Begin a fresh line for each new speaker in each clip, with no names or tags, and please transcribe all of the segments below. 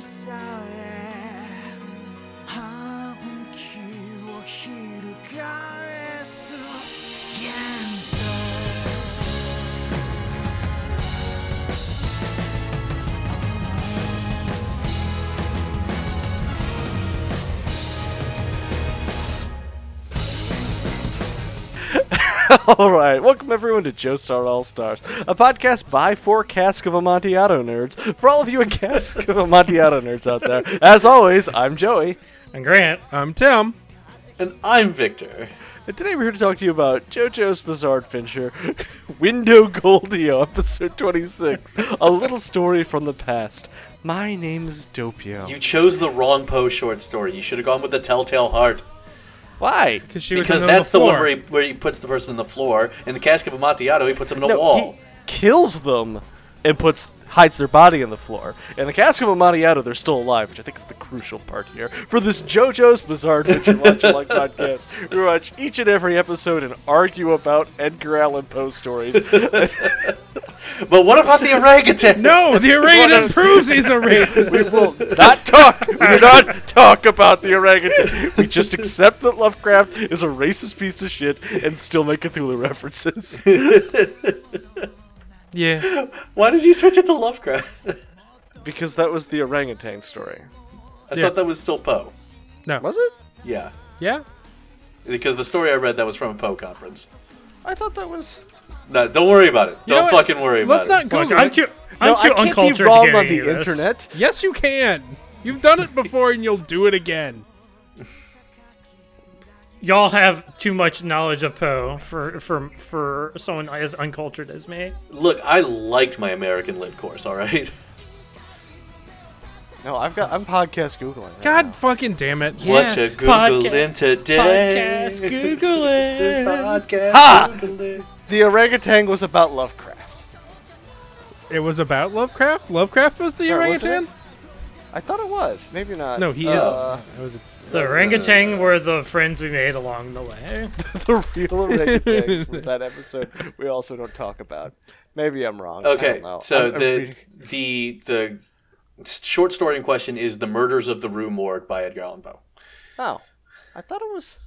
さえ反旗を翻すゲンスタ
All right, welcome everyone to Joe Star All Stars, a podcast by for Cask of Amontillado nerds. For all of you in Cask of Amontillado nerds out there, as always, I'm Joey,
And Grant,
I'm Tim.
And I'm Victor.
and today we're here to talk to you about JoJo's Bizarre Adventure, Window Goldio, episode 26, a little story from the past. My name is Dopio.
You chose the wrong Poe short story. You should have gone with the Telltale Heart.
Why?
Because she was
Because
in
that's the
floor.
one where he, where he puts the person on the floor. In the Cask of Amontillado, he puts them in a wall.
he kills them and puts hides their body in the floor. In the Cask of Amontillado, they're still alive, which I think is the crucial part here. For this JoJo's Bizarre Adventure Watch Along podcast, we watch each and every episode and argue about Edgar Allan Poe stories.
But what about the orangutan?
No, the Iranian proves he's a racist.
we will not talk. We do not talk about the orangutan. We just accept that Lovecraft is a racist piece of shit and still make Cthulhu references.
yeah.
Why did you switch it to Lovecraft?
because that was the orangutan story.
I
Yeah.
thought that was still Poe.
No.
Was it?
Yeah.
Yeah.
Because the story I read, that was from a Poe conference.
I thought that was
No, don't worry about it.
You know
don't
what?
fucking worry
Let's
about
not
it.
Google
I'm
it.
too, I'm
no,
too
I can't
uncultured
be
to
wrong
hear
on
any
the
of this.
internet.
Yes, you can. You've done it before, and you'll do it again.
Y'all have too much knowledge of Poe for for for someone as uncultured as me.
Look, I liked my American Lit course, all right?
No, I've got. I'm podcast googling. right
God fucking damn it.
What you Googling today?
Podcast Google it.
Podcast
Ha!
Googling.
now. The orangutan was about Lovecraft.
It was about Lovecraft. Lovecraft was the
Sorry, what was it?
orangutan.
I thought it was. Maybe not.
No, he
uh,
isn't. It was
The orangutan were the friends we made along the way.
the real orangutan from that episode. We also don't talk about. Maybe I'm wrong. I
Okay,
don't know.
so
I'm- I'm
the
reading-
the the s- short story in question is "The Murders of the Rue Morgue" by Edgar Allan Poe.
oh, I thought it was.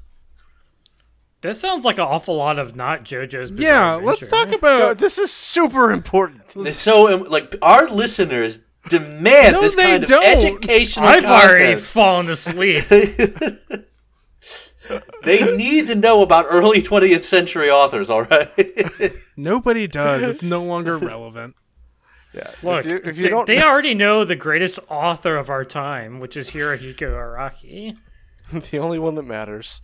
This sounds like an awful lot of not JoJo's. Bizarre
yeah. Let's
Adventure.
talk about.
No, this is super important.
It's so um, like our listeners demand
No,
this
they
kind of
don't.
educational
I've already
content.
fallen asleep.
they need to know about early 20th century authors. All right,
Nobody does. It's no longer relevant.
Yeah.
Look,
if you, if you
they,
don't,
they already know the greatest author of our time, which is Hirohiko Araki.
the only one that matters.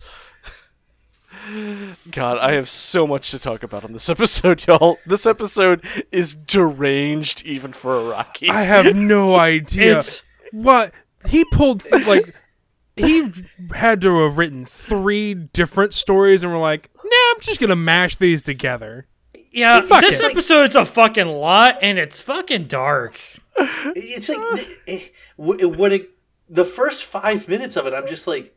God, I have so much to talk about on this episode, y'all. This episode is deranged even for Iraqi.
I have no idea.
It's-
what he pulled like he had to have written three different stories and we're like, nah, I'm just gonna mash these together.
Yeah,
Fuck
this
it.
episode's a fucking lot, and it's fucking dark.
it's like th- eh, w- when it, the first five minutes of it, I'm just like,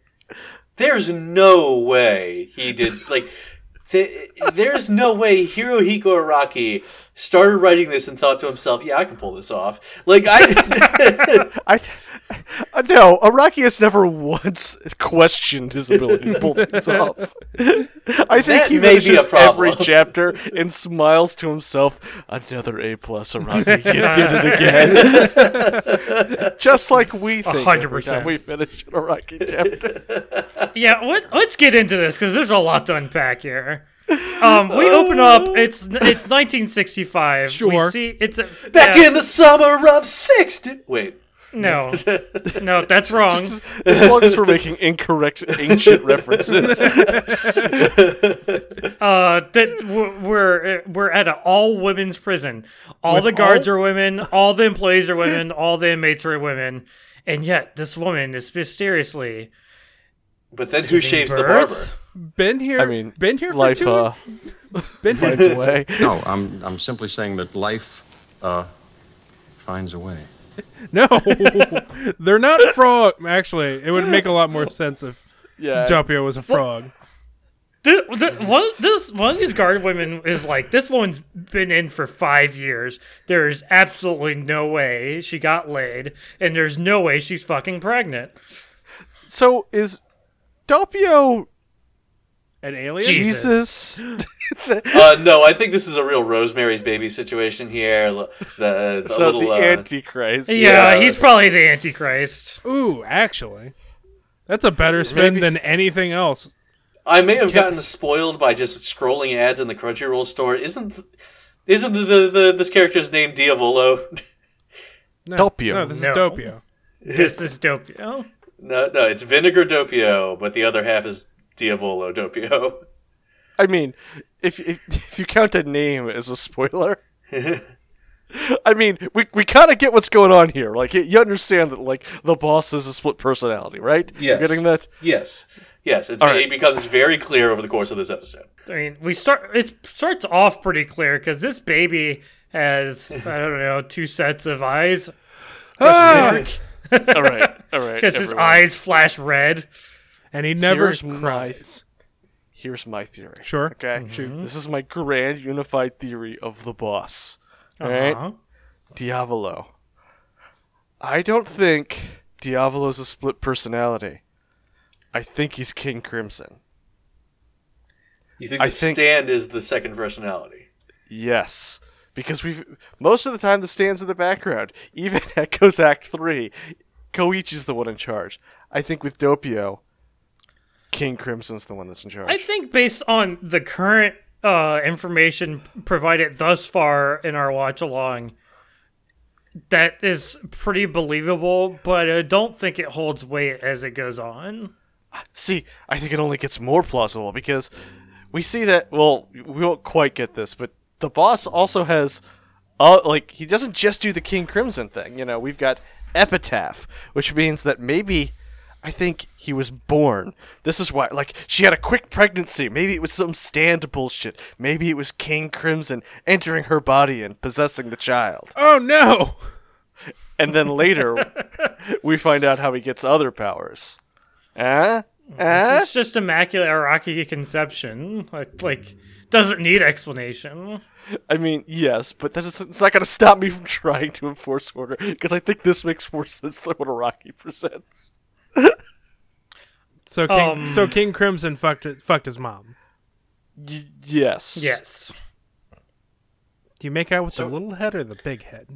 there's no way he did like. th- eh, There's no way Hirohiko Araki started writing this and thought to himself, "Yeah, I can pull this off." Like I,
I, I no, Araki has never once questioned his ability to pull things off. I think
That
he
may be
finishes
a problem.
every chapter and smiles to himself. Another A plus, Araki. You did it again. Just like we think every
100%.
time we finish an Araki chapter.
Yeah, what, let's get into this because there's a lot to unpack here. Um, we open up. It's it's 1965.
Sure.
We see it's a,
back
yeah,
in the summer of sixty. Wait,
No, no, that's wrong.
As long as we're making incorrect ancient references.
Uh, that w- we're we're at an all women's prison. All the guards are women. All the employees are women. All the inmates are women. And yet, this woman is mysteriously
but then who shaves the
birth?
barber?
Been here
I mean,
been here
life
for two
uh,
been here
finds a way.
No, I'm, I'm simply saying that life uh, finds a way.
No. They're not frog actually, it would make a lot more sense if
Yeah.
Topio was a frog.
This, one, this one of these guard women is like this woman's been in for five years. There is absolutely no way she got laid, and there's no way she's fucking pregnant.
So is Doppio
An alien?
Jesus?
Uh, no, I think this is a real Rosemary's Baby situation here. L- The, the
So
little
the
uh,
Antichrist.
Yeah,
Yeah.
he's probably the Antichrist.
Ooh, actually. That's a better spin than anything else.
I may have gotten spoiled by just scrolling ads in the Crunchyroll store. Isn't th- isn't the, the, the this character's name Diavolo?
No,
Doppio.
No, this
No.
is Dopio.
This is dope. Oh,
no, no, it's Vinegar Dopio, but the other half is Diavolo Dopio.
I mean, if, if if you count a name as a spoiler, I mean, we we kind of get what's going on here. Like you- you understand that like the boss is a split personality, right?
Yes.
You're getting that?
Yes, yes, it's,
All right.
it becomes very clear over the course of this episode.
I mean, we start. It starts off pretty clear because this baby has I don't know two sets of eyes
Ah!
All right. All right.
because his
everyone.
eyes flash red.
And he never
Here's my-
cries.
Here's my theory.
Sure.
Okay.
Mm-hmm.
This is my grand unified theory of the boss. All right.
Uh-huh.
Diavolo. I don't think Diavolo's a split personality. I think he's King Crimson.
You think
I
the
think-
stand is the second personality?
Yes. Because we've most of the time the stands in the background. Even at Kozak three, Koichi's the one in charge. I think with Dopio, King Crimson's the one that's in charge.
I think based on the current uh, information provided thus far in our watch along, that is pretty believable. But I don't think it holds weight as it goes on.
See, I think it only gets more plausible because we see that. Well, we won't quite get this, but the boss also has, uh, like he doesn't just do the King Crimson thing. You know, we've got epitaph, which means that maybe. I think he was born. This is why, like, she had a quick pregnancy. Maybe it was some stand bullshit. Maybe it was King Crimson entering her body and possessing the child.
Oh no.
And then later, we find out how he gets other powers. Eh? Huh? Huh?
It's just immaculate Iraqi conception. Like, like doesn't need explanation.
I mean, yes, but that doesn't, it's not going to stop me from trying to enforce order because I think this makes more sense than what Iraqi presents.
So King,
Um.
so King Crimson fucked fucked his mom.
Y- yes.
Yes.
Do you make out with the little head or the big head?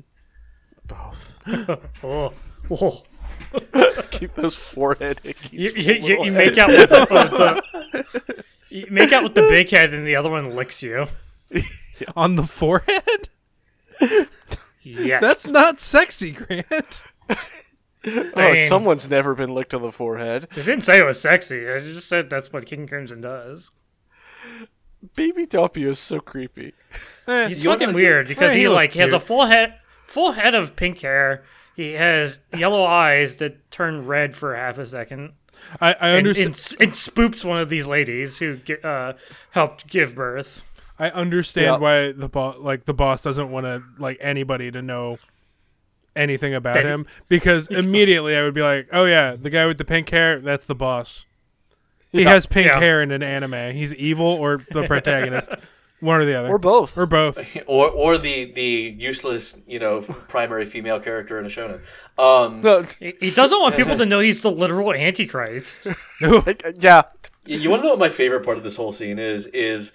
Oh. Oh.
Keep those forehead ickies.
You,
from
you,
the
you,
little
you
head.
make out with the, with the- you make out with the big head, and the other one licks you.
On the forehead?
Yes.
That's not sexy, Grant.
Oh,
thing.
someone's never been licked on the forehead.
I didn't say it was sexy. I just said that's what King Crimson does.
Baby Doppio is so creepy.
Eh,
He's
You wanna
fucking
look-
weird because
Yeah,
he,
he looks
like has a
cute.
full head, full head of pink hair. He has yellow eyes that turn red for half a second,
I, I
and,
understand.
and, s- and spoops one of these ladies who ge- uh, helped give birth.
I understand
Yeah.
why the boss, like the boss, doesn't want to like anybody to know anything about
That he-
him because immediately I would be like, "Oh yeah, the guy with the pink hair, that's the boss. He has pink
Yeah.
hair in an anime. He's evil or the protagonist, one or the other,
Or both.
or both."
Or or the the useless you know primary female character in a shonen. Um,
No,
He- He doesn't want people to know he's the literal Antichrist.
I- I- uh, yeah.
Y- You want to know what my favorite part of this whole scene is? Is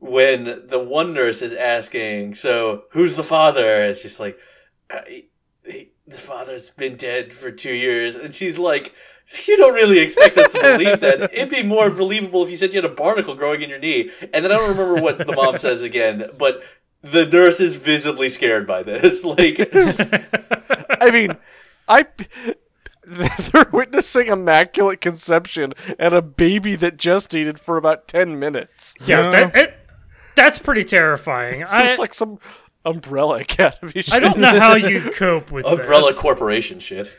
when the one nurse is asking, "So who's the father?" It's just like I, he- the father's been dead for two years, and she's like, "You don't really expect us to believe that. It'd be more believable if you said you had a barnacle growing in your knee." And then I don't remember what the mom says again, but the nurse is visibly scared by this. Like,
I mean, I. They're witnessing immaculate conception and a baby that just dated for about 10 minutes.
Yeah,
No.
that, it, that's pretty terrifying.
So
I,
it's like some Umbrella Academy shit.
I don't know how you cope with
umbrella
this.
corporation shit.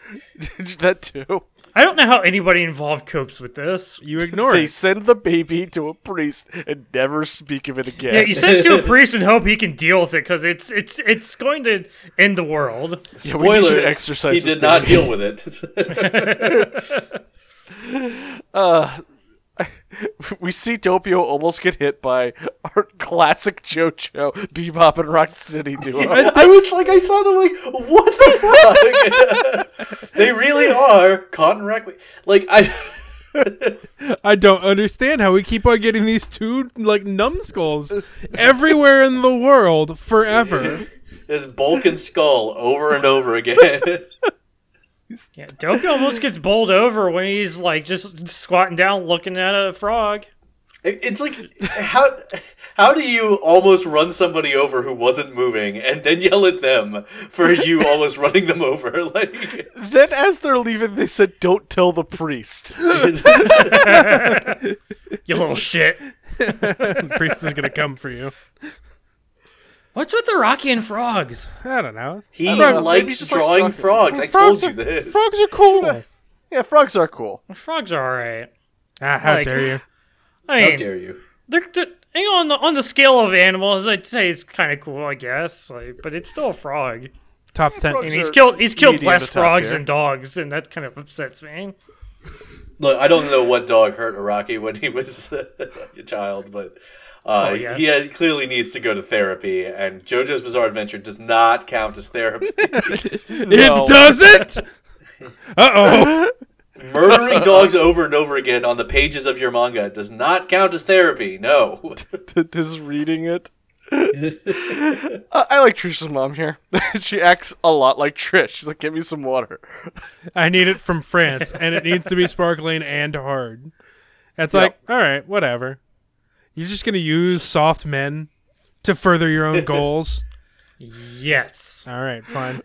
that too.
I don't know how anybody involved copes with this.
You ignore
They
it.
send the baby to a priest and never speak of it again.
Yeah, you send it to a priest and hope he can deal with it because it's it's it's going to end the world.
Yeah, we need you to
Spoilers:
exorcise
He
this
did not
baby.
deal with it.
we see Topio almost get hit by our classic JoJo bebop and rock city duo.
I, I was like, I saw them like, what the fuck? they really are caught in wreck. Like I,
I don't understand how we keep on getting these two like numbskulls everywhere in the world forever.
this bulk and skull over and over again.
Yeah, Dopey almost gets bowled over when he's like just squatting down looking at a frog.
It- It's like how how do you almost run somebody over who wasn't moving and then yell at them for you almost running them over? Like
then, as they're leaving, they said, "Don't tell the priest."
You little shit.
the priest is gonna come for you.
What's with the Rocky and frogs?
I don't know.
he
Frog- maybe
likes
just likes
drawing
talking.
frogs. I told
Frogs
you
are-
this.
Frogs are cool.
yeah, frogs are cool.
The frogs are alright.
Ah, how
Like-
dare you?
I
How
mean,
dare you?
they're, they're you know, on the on the scale of animals, I'd say it's kind of cool, I guess. Like, but it's still a frog.
Top ten.
And
frogs
he's
are
killed he's killed
medium
less
to top
frogs
tier.
than dogs, and that kind of upsets me.
Look, I don't know what dog hurt Iraqi when he was a child, but uh,
Oh, yeah.
he has, clearly needs to go to therapy. And JoJo's Bizarre Adventure does not count as therapy.
No.
It doesn't. Uh oh.
Murdering dogs over and over again on the pages of your manga does not count as therapy. No.
Just reading it. I I like Trish's mom here. she acts a lot like Trish. She's like, "Give me some water."
I need it from France, and it needs to be sparkling and hard. It's like, all right, whatever. You're just gonna use soft men to further your own goals.
Yes.
All right, fine.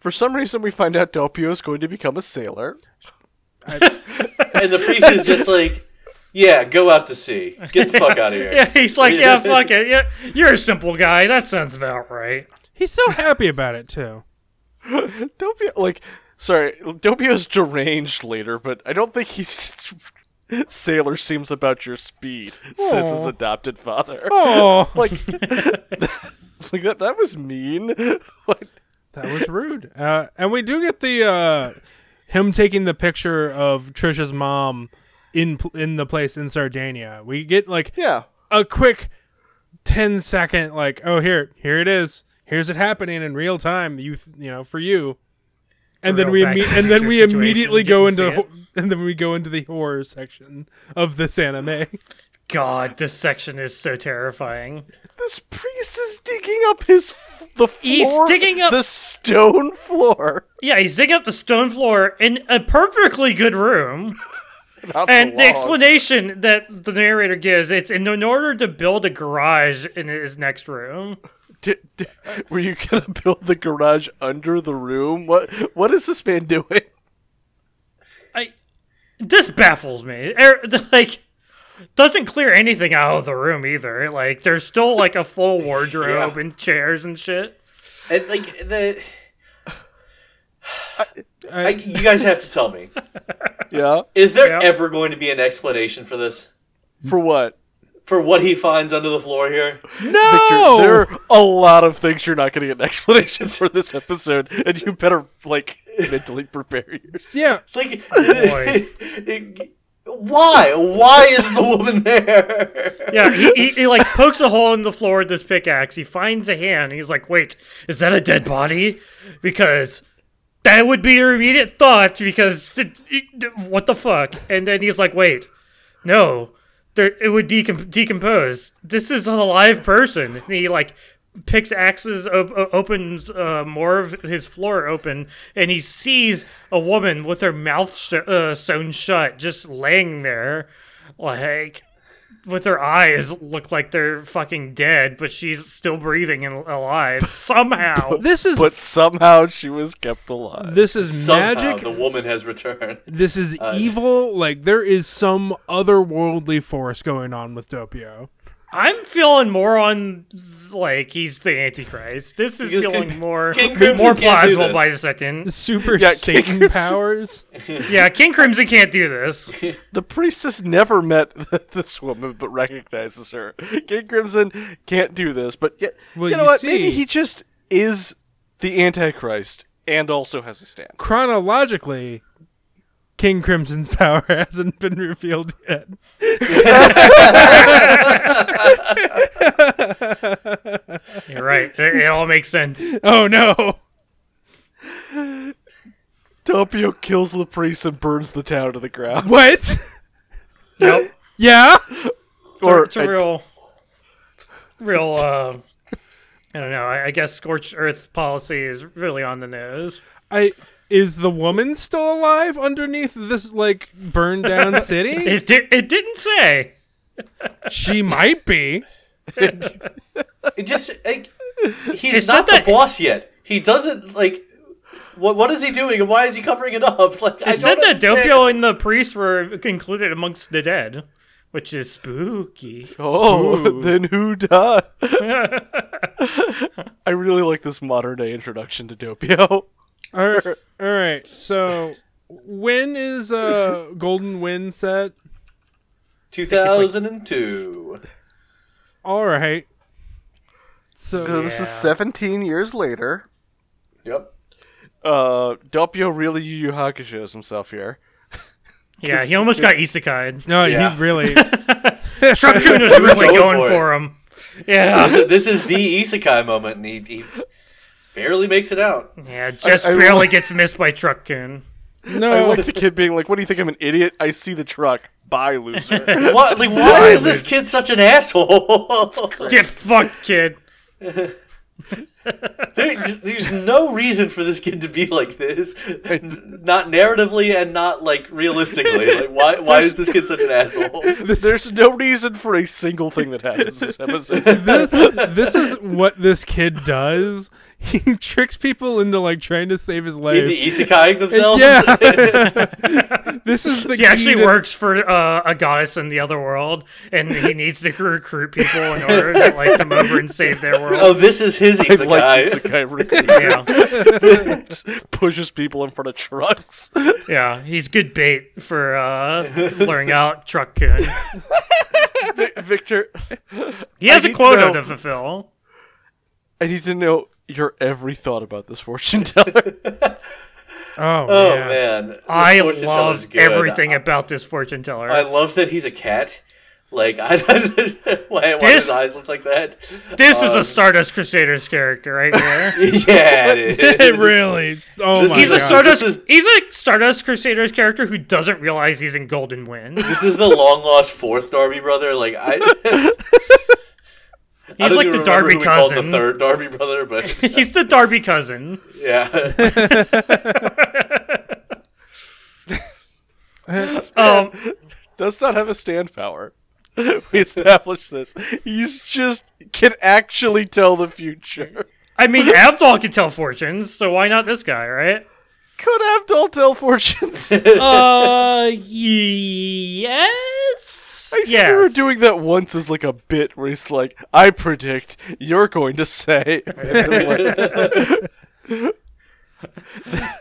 For some reason, we find out Dopio is going to become a sailor.
And the priest is just like, yeah, go out to sea. Get the fuck out of here.
Yeah, he's like, yeah, fuck it. Yeah, you're a simple guy. That sounds about right.
He's so happy about it too.
Dopio, like, sorry, Dopio's deranged later, but I don't think he's. Sailor seems about your speed, says his
Aw.
adopted father.
Oh,
Like, like that, that was mean. What?
that was rude. Uh, and we do get the uh, him taking the picture of Trisha's mom in pl- in the place in Sardinia. We get like
Yeah.
a quick 10 second like oh here here it is here's it happening in real time you th- you know for you and then
real
we imme-
back to the
and then
future
we
situation,
immediately
you
go
didn't
into
see
ho- and then we go into the horror section of this anime
God, this section is so terrifying.
This priest is digging up his f- the floor,
He's digging up-
the stone floor.
Yeah, he's digging up the stone floor in a perfectly good room.
Not
And the
long.
explanation that the narrator gives, it's in order to build a garage in his next room.
D- d- were you gonna build the garage under the room? What what is this man doing?
I this baffles me. Er, Like doesn't clear anything out of the room either. Like there's still like a full wardrobe and chairs and shit.
And like the. I, you guys have to tell me.
Yeah,
Is there
Yeah.
ever going to be an explanation for this?
for what?
For what he finds under the floor here?
Victor, there are a lot of things you're not gonna get an explanation for this episode, and you better like mentally prepare yourself.
yeah
Like,
Boy.
why? Why is the woman there?
Yeah, he, he, he like pokes a hole in the floor with this pickaxe. He finds a hand. He's like, "Wait, is that a dead body?" Because that would be your immediate thought. Because it- it- what the fuck? And then he's like, "Wait, no, there, it would decom- decompose. This is a live person." And he like picks axes, op- o- opens uh, more of his floor open, and he sees a woman with her mouth sh- uh, sewn shut, just laying there, like with her eyes look like they're fucking dead, but she's still breathing and alive somehow.
this is
But somehow she was kept alive.
this is
Somehow
magic
the woman has returned.
this is
Uh,
evil like there is some otherworldly force going on with dopio
I'm feeling more on like he's the Antichrist. This is
Because
feeling
King-
more
King Crimson
more
can't do
plausible
this.
by the second.
super
Yeah,
satan
kickers.
powers
Yeah, King Crimson can't do this.
The priestess never met this woman, but recognizes her. King Crimson can't do this, but yet,
Well,
you know
you
what? Maybe
see-
he just is the Antichrist and also has a stamp.
chronologically, King Crimson's power hasn't been revealed yet.
You're right. It, it all makes sense.
Oh no.
Topio kills Laprice and burns the town to the ground.
What?
Yep.
yeah?
Or
it's a real, real. Uh, I don't know. I, I guess scorched earth policy is really on the nose.
I is the woman still alive underneath this like burned down city?
It did. It didn't say.
she might be.
It just like he's
It's
not
not
the
that-
boss yet. He doesn't like what what is he doing and why is he covering it up? Like I
It said
don't
that
understand.
Dopio and the priest were included amongst the dead, which is spooky.
oh,
Ooh.
then who died? I really like this modern day introduction to Topio.
All right. All right. So when is uh Golden Wind set?
2002.
All right. So
This is 17 years later.
Yep.
Uh, Doppio really Yu Yu Hakusho's himself here.
Yeah, he almost got isekai'd.
no,
Yeah.
he really
Shakuna's really
going
going
for it.
for him. Yeah,
This is, this is the isekai moment and he, he barely makes it out.
yeah, just
I- I-
barely gets missed by Truck-kun.
I
no.
like the kid being like, "What do you think? I'm an idiot. I see the truck. Bye, loser."
What like why is this kid such an asshole?
Get fucked, kid.
There, there's no reason for this kid to be like this, N- not narratively and not like realistically. Like, why? Why is this kid such an asshole?
There's no reason for a single thing that happens this episode.
this this is what this kid does. He tricks people into like trying to save his life.
Into isekaiing themselves?
yeah. this is the
He actually
works.
works for uh, a goddess in the other world, and he needs to recruit people in order to like come over and save their
Oh,
world.
this is his
I
isekai.
like Isekai Riku.
Yeah,
pushes people in front of trucks.
yeah, he's good bait for uh, luring out Truck-kun.
Vic- Victor,
He has
I need
a
to
quota
know-
to fulfill.
I need to know your every thought about this fortune teller.
Oh,
oh
man.
man, This
I
fortune teller's
love
good.
everything about this fortune teller.
I love that he's a cat. Like, I don't why, why
This-
his eyes look like that.
this is a Stardust Crusaders character right here.
Yeah, it is.
really? Oh
This
my
is
He's
god.
a Stardust.
This is-
He's a Stardust Crusaders character who doesn't realize he's in Golden Wind.
This is the long lost fourth Darby brother. Like, I. I
He's
don't
like
even
the
remember
Darby
who we called the
cousin.
third Darby brother, but
He's the Darby cousin.
yeah.
Um,
Does not have a stand power. We established this. He's just can actually tell the future.
I mean, Avdol can tell fortunes, so why not this guy, right?
Could Abdul tell fortunes? I
Uh, yes.
see you were doing that once as like a bit where he's like, "I predict you're going to say." And then, like,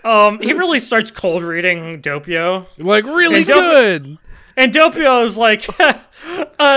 Um, he really starts cold reading Dopio,
like really
Hey, don't-
good.
and Dopio is like, uh,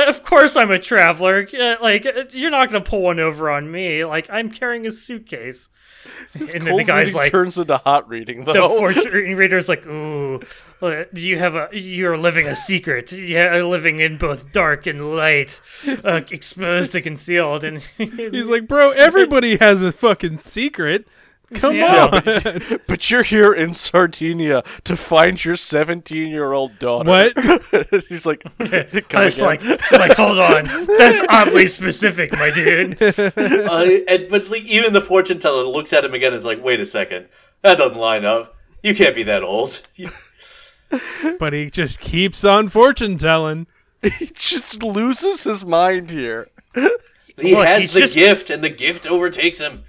"Of course I'm a traveler. Uh, like, uh, you're not gonna pull one over on me. Like, I'm carrying a suitcase." and then the
cold
guy's
reading
like,
turns into hot reading
the
though.
fortune reader's like, "Ooh, uh, you have a you're living a secret. Yeah, living in both dark and light, uh, exposed to concealed." And
He's like, bro, everybody has a fucking secret. Come
Yeah.
on.
but you're here in Sardinia to find your 17 year old daughter.
what?
he's like, "Come
I was
again."
like, like, hold on, that's oddly specific, my dude.
Uh, and, but like, even the fortune teller looks at him again and is like, wait a second. That doesn't line up. You can't be that old.
But he just keeps on fortune telling.
he just loses his mind here.
He
Look,
has
he's
the
just-
gift, and the gift overtakes him.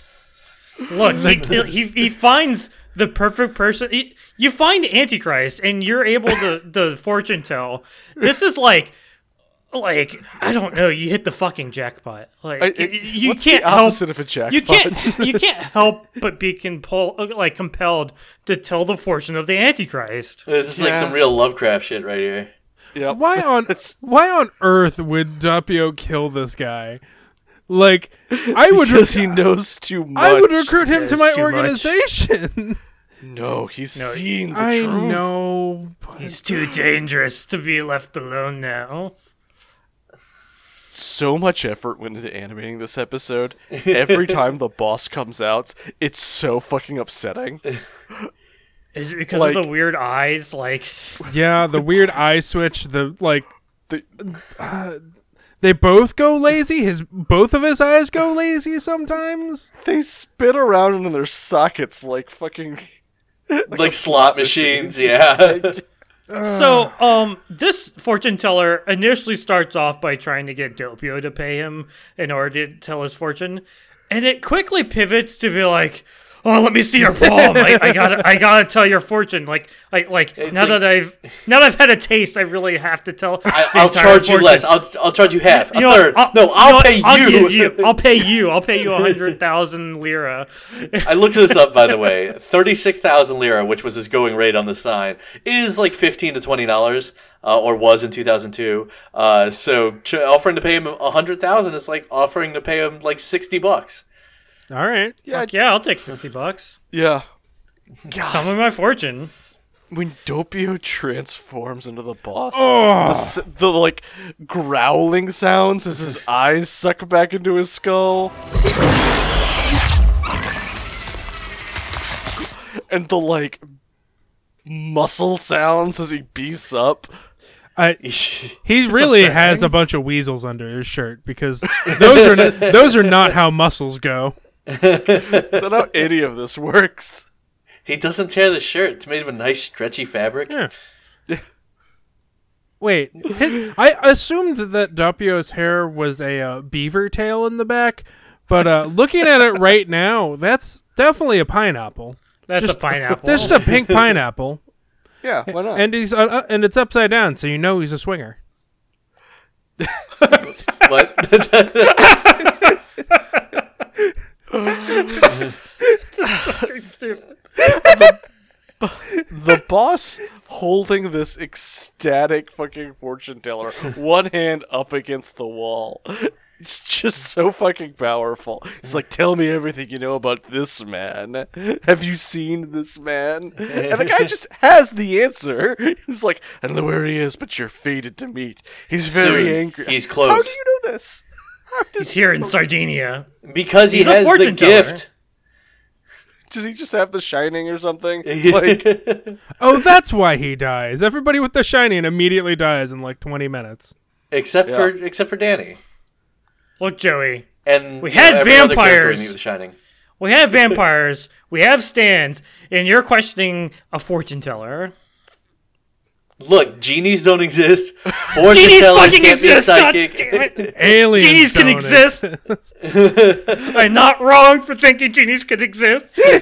Look, he, he he finds the perfect person. He, you find Antichrist, and you're able to the fortune tell. This is like. Like I don't know, you hit the fucking jackpot. Like
I- it-
you
what's
can't
the
help
opposite of a jackpot?
you can't you can't help but be compel, like compelled to tell the fortune of the antichrist
This is like some real Lovecraft shit right here.
Yep.
Why on why on earth would Dapio kill this guy? Like I would
Because he knows too much.
I would recruit him to my
too much.
organization.
No, he's
No,
seeing the
I
truth.
know.
He's too dangerous to be left alone now.
So much effort went into animating this episode. Every time the boss comes out, it's so fucking upsetting.
Is it because
Like-
of the weird eyes? Like,
Yeah, the weird eye switch. The like,
The-
uh, they both go lazy. His both of his eyes go lazy sometimes.
They spin around in their sockets like fucking.
like slot machines. Yeah,
so, um, this fortune teller initially starts off by trying to get Dopio to pay him in order to tell his fortune, and it quickly pivots to be like, "Oh, let me see your palm. I, I gotta, I gotta tell your fortune. Like, I like now
like-
that I've now that I've had a taste, I really have to tell.
I,
the
I'll
entire
charge you
fortune.
less. I'll, I'll charge you half, a
You know what?
third. no, I'll
you know
pay
what? I'll
you.
give you. I'll pay you. I'll pay you a hundred thousand lira.
I looked this up, by the way. Thirty-six thousand lira, which was his going rate on the sign, is like fifteen to twenty dollars, uh, or was in two thousand two. Uh, so ch- offering to pay him a hundred thousand is like offering to pay him like sixty bucks.
All right.
Fuck yeah, I'll take sixty bucks.
Yeah.
Come with my fortune.
When Dopio transforms into the boss, the, s- the like growling sounds as his eyes suck back into his skull, and the like muscle sounds as he beefs up.
I, he really has a bunch of weasels under his shirt because those are those are not how muscles go.
Is that how any of this works?
he doesn't tear the shirt. It's made of a nice stretchy fabric.
Yeah. Wait, hi- I assumed that Dopio's hair was a uh, beaver tail in the back, but uh, looking at it right now, that's definitely a pineapple.
That's
Just-
a pineapple.
That's just a pink pineapple,
Yeah, why not?
and he's uh, uh, and it's upside down, so you know he's a swinger.
What?
Stupid.
the boss holding this ecstatic fucking fortune teller, one hand up against the wall. It's just so fucking powerful. It's like, tell me everything you know about this man. Have you seen this man? And the guy just has the answer. He's like, I don't know where he is, but you're fated to meet. He's very
Soon.
angry.
He's
How
close.
do you know this? How does
He's here in Sardinia.
because he
He's a
has the
fortune teller.
gift.
does he just have the shining or something? Like,
Oh, that's why he dies. Everybody with the shining immediately dies in like twenty minutes.
except for except for Danny.
Look, Joey.
And
We
you know,
had
every other character
vampires.
in The Shining.
We have vampires. we have stands, and you're questioning a fortune teller.
Look, genies don't exist. Fortune
Genies
tellers
fucking
can't be
exist. God
psychic.
damn it.
Aliens
Genies can
don't
exist. I'm not wrong for thinking genies could exist.
You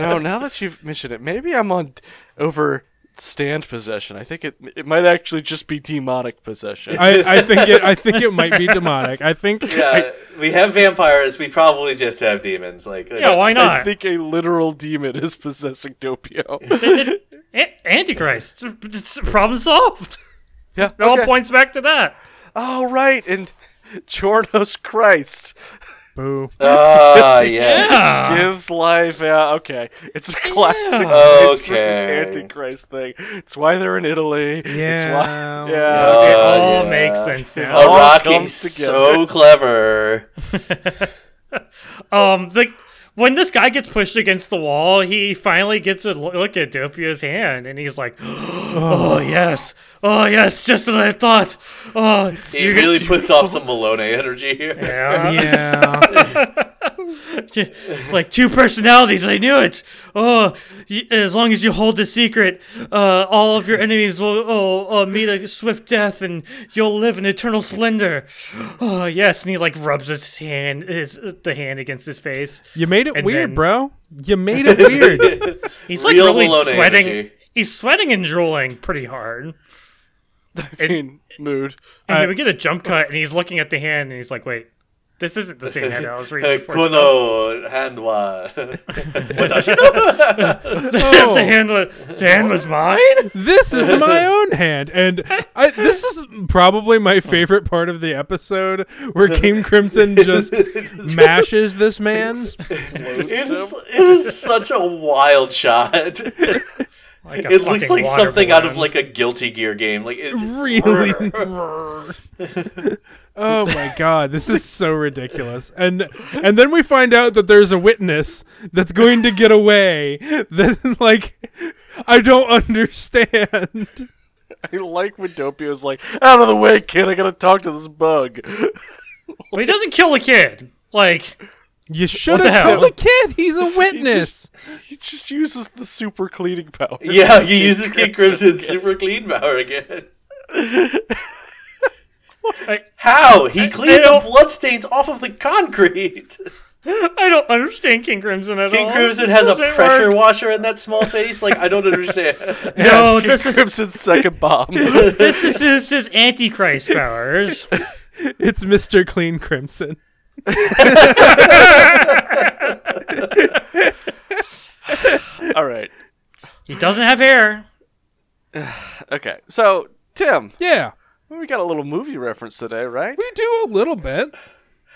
know, now that you've mentioned it, maybe I'm on over stand possession. I think it it might actually just be demonic possession.
I, I think it, I think it might be demonic. I think
Yeah, uh, we have vampires. We probably just have demons. Like,
Yeah, why
I
not?
think a literal demon is possessing Dopio.
A- Antichrist. It's problem solved.
yeah.
It all
okay.
points back to that.
Oh right, and Chornos Christ
boo.
Uh.
Ah, yes.
Yeah.
gives life. Yeah, okay. It's a classic Christ
Okay.
versus Antichrist thing. It's why they're in Italy. It's
Yeah.
why. Yeah.
it all makes sense now.
Oh,
all
Rocky's
comes
so
together.
clever.
Um, the when this guy gets pushed against the wall, he finally gets a lo- look at Dopio's hand, and he's like, "Oh yes, oh yes, just as I thought. Oh,
He really puts off some Malone energy here.
yeah.
Yeah.
It's like two personalities. I knew it. Oh, y- as long as you hold the secret, uh, all of your enemies will oh, uh, meet a swift death, and you'll live in eternal splendor. Oh yes, and he like rubs his hand, his the hand against his face.
You made it
And
weird,
then-
bro. You made it weird.
He's like
Real
really
Malone
sweating.
energy.
He's sweating and drooling pretty hard.
I mean, mood.
And then we get a jump cut, and he's looking at the hand, and he's like, "Wait, This isn't the same hand I was reading before. it's
Kono hand wa.
not the hand was, the hand was mine.
Oh, This is my own hand, and I, this is probably my favorite part of the episode where King Crimson just mashes this man.
It is, it is such a wild shot.
Like a
It looks like
fucking water
something out of
balloon.
like a Guilty Gear game. Like it's
Really? oh my god, this is so ridiculous. And and then we find out that there's a witness that's going to get away. Then like I don't understand.
I like when Dopio's like, out of the way, kid, I gotta talk to this bug.
Well, he doesn't kill the kid. Like
You should
the
have
hell?
killed the kid. He's a witness.
He just uses the super cleaning power.
yeah, he uses King Crimson super clean power again.
I-
How he cleaned the
don't-
bloodstains off of the concrete.
I don't understand King Crimson at
King
all.
Crimson
Oh, This
has a
doesn't
pressure
work.
washer in that small face. Like I don't understand.
No,
King
this is
Crimson's second bomb. King
this is this is antichrist powers.
It's Mr. Clean Crimson.
All right.
He doesn't have hair.
Okay. So, Tim,
Yeah.
we got a little movie reference today, right?
We do a little bit.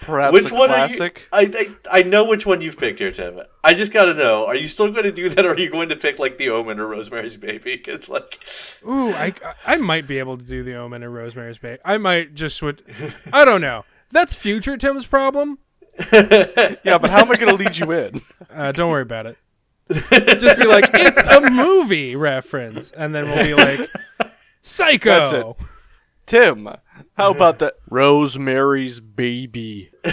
Perhaps
which
a
one
classic.
are you? I, I I know which one you've picked here, Tim. I just gotta know: Are you still going to do that, or are you going to pick like The Omen or Rosemary's Baby? Because like,
Ooh, I I might be able to do the Omen and Rosemary's Baby. I might just would. I don't know. That's future Tim's problem.
Yeah, but how am I going to lead you in?
Uh, don't worry about it. Just be like, it's a movie reference, and then we'll be like, Psycho.
That's it. Tim, how about that? Rosemary's Baby.
yeah,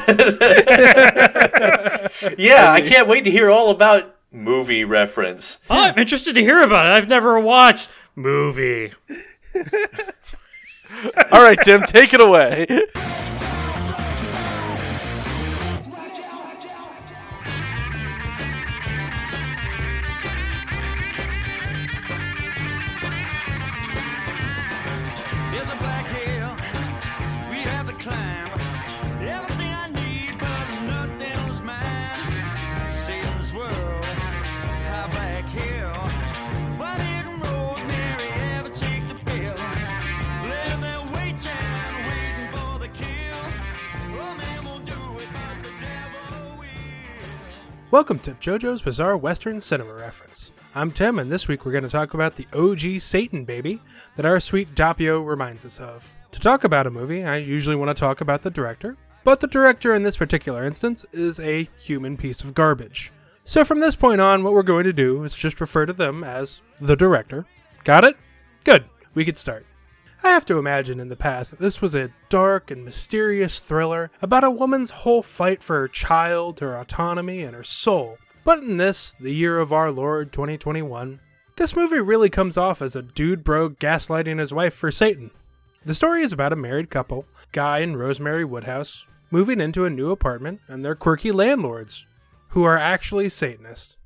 I can't wait to hear all about movie reference.
Oh, I'm interested to hear about it. I've never watched movie.
All right, Tim, take it away.
There's a black hill we have to climb. Everything I need, but nothing's mine. Satan's world, high black hill. Why didn't Rosemary ever take the pill? Laying there waiting, waiting for the kill. Oh, man won't do it, but the devil will.
Welcome to JoJo's Bizarre Western Cinema Reference. I'm Tim, and this week we're going to talk about the OG Satan baby that our sweet Doppio reminds us of. To talk about a movie, I usually want to talk about the director, but the director in this particular instance is a human piece of garbage. So from this point on, what we're going to do is just refer to them as the director. Got it? Good. We could start. I have to imagine in the past that this was a dark and mysterious thriller about a woman's whole fight for her child, her autonomy, and her soul. But in this, the year of our Lord 2021, this movie really comes off as a dude bro gaslighting his wife for Satan. The story is about a married couple, Guy and Rosemary Woodhouse, moving into a new apartment and their quirky landlords, who are actually Satanists.